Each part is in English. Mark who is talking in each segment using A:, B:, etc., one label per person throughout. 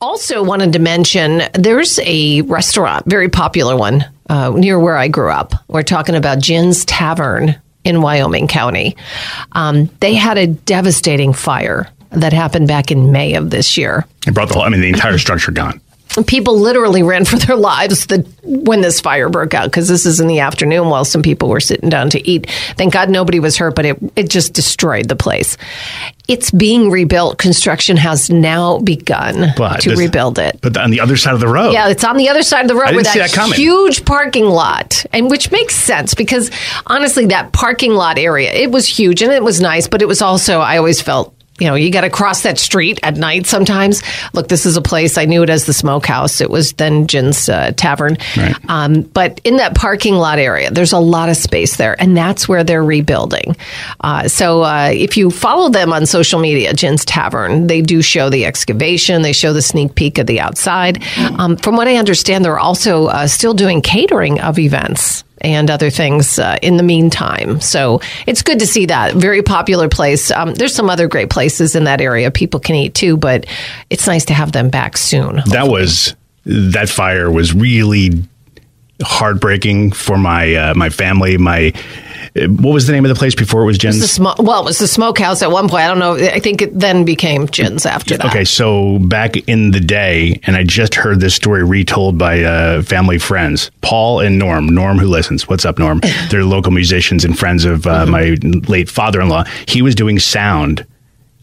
A: Also, wanted to mention there's a restaurant, very popular one, uh, near where I grew up. We're talking about Jin's Tavern in Wyoming County. Um, they had a devastating fire that happened back in May of this year.
B: It brought the whole, I mean, the entire structure gone.
A: people literally ran for their lives the, when this fire broke out because this is in the afternoon while some people were sitting down to eat. Thank God nobody was hurt, but it, it just destroyed the place. It's being rebuilt. Construction has now begun
B: But
A: to
B: this-
A: rebuild it.
B: But on the other side of the road.
A: Yeah, it's on the other side of the road
B: I
A: with
B: didn't see that coming.
A: huge parking lot, and which makes sense because honestly, that parking lot area it was huge and it was nice, but it was also I always felt. You know, you got to cross that street at night sometimes. Look, this is a place I knew it as the Smokehouse. It was then Jin's uh, Tavern. Um, but in that parking lot area, there's a lot of space there, and that's where they're rebuilding. Uh, so uh, if you follow them on social media, Jin's Tavern, they do show the excavation, they show the sneak peek of the outside. Um, from what I understand, they're also uh, still doing catering of events and other things uh, in the meantime. So it's good to see that. Very popular place. Um, there's some other great places in that area people can eat too, but it's nice to have them back soon.
B: That was, that fire was really heartbreaking for my, uh, my family. My, uh, what was the name of the place before it was Jen's?
A: The sm- well, it was the smokehouse at one point. I don't know. I think it then became Jin's after that.
B: Okay, so back in the day, and I just heard this story retold by uh, family friends, Paul and Norm. Norm, who listens, what's up, Norm? They're local musicians and friends of uh, my late father-in-law. He was doing sound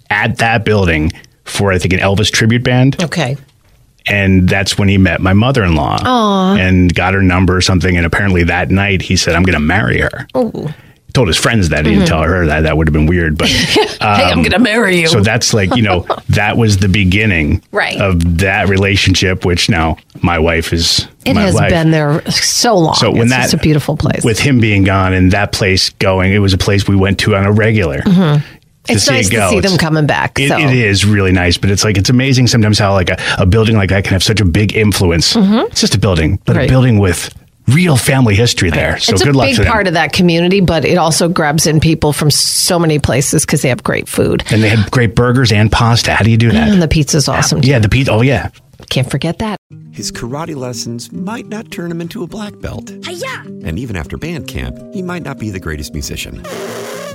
B: at that building for I think an Elvis tribute band,
A: Okay.
B: and that's when he met my mother-in-law and got her number or something. And apparently that night, he said, "I'm going to marry her." Told his friends that he didn't tell her that. That would have been weird, but. uh,
A: hey, I'm going to marry you.
B: So that's like, you know, that was the beginning
A: Right.
B: of that relationship, which now my wife is
A: it
B: my
A: has
B: wife.
A: been there so long.
B: So when
A: it's
B: that
A: just a beautiful place.
B: With him being gone and that place going, it was a place we went to on a regular. To
A: Mm-hmm. it's
B: see
A: nice
B: it go.
A: to see
B: It's-
A: them coming back.
B: it-
A: so.
B: it is really nice, but it's like it's amazing sometimes how like a, a building like that can have such a big influence. It's just a building, but a
A: Mm-hmm. Right.
B: building with real family history there. So
A: it's
B: good
A: a
B: luck
A: big
B: to them.
A: part of that community, but it also grabs in people from so many places because they have great food.
B: and they had great burgers and pasta. How do you do that?
A: And the pizza's Mm, awesome. too.
B: yeah, the pizza. Oh yeah,
A: Can't forget that.
C: His karate lessons might not turn him into a black belt.
D: Hiya!
C: And even after band camp, he might not be the greatest musician.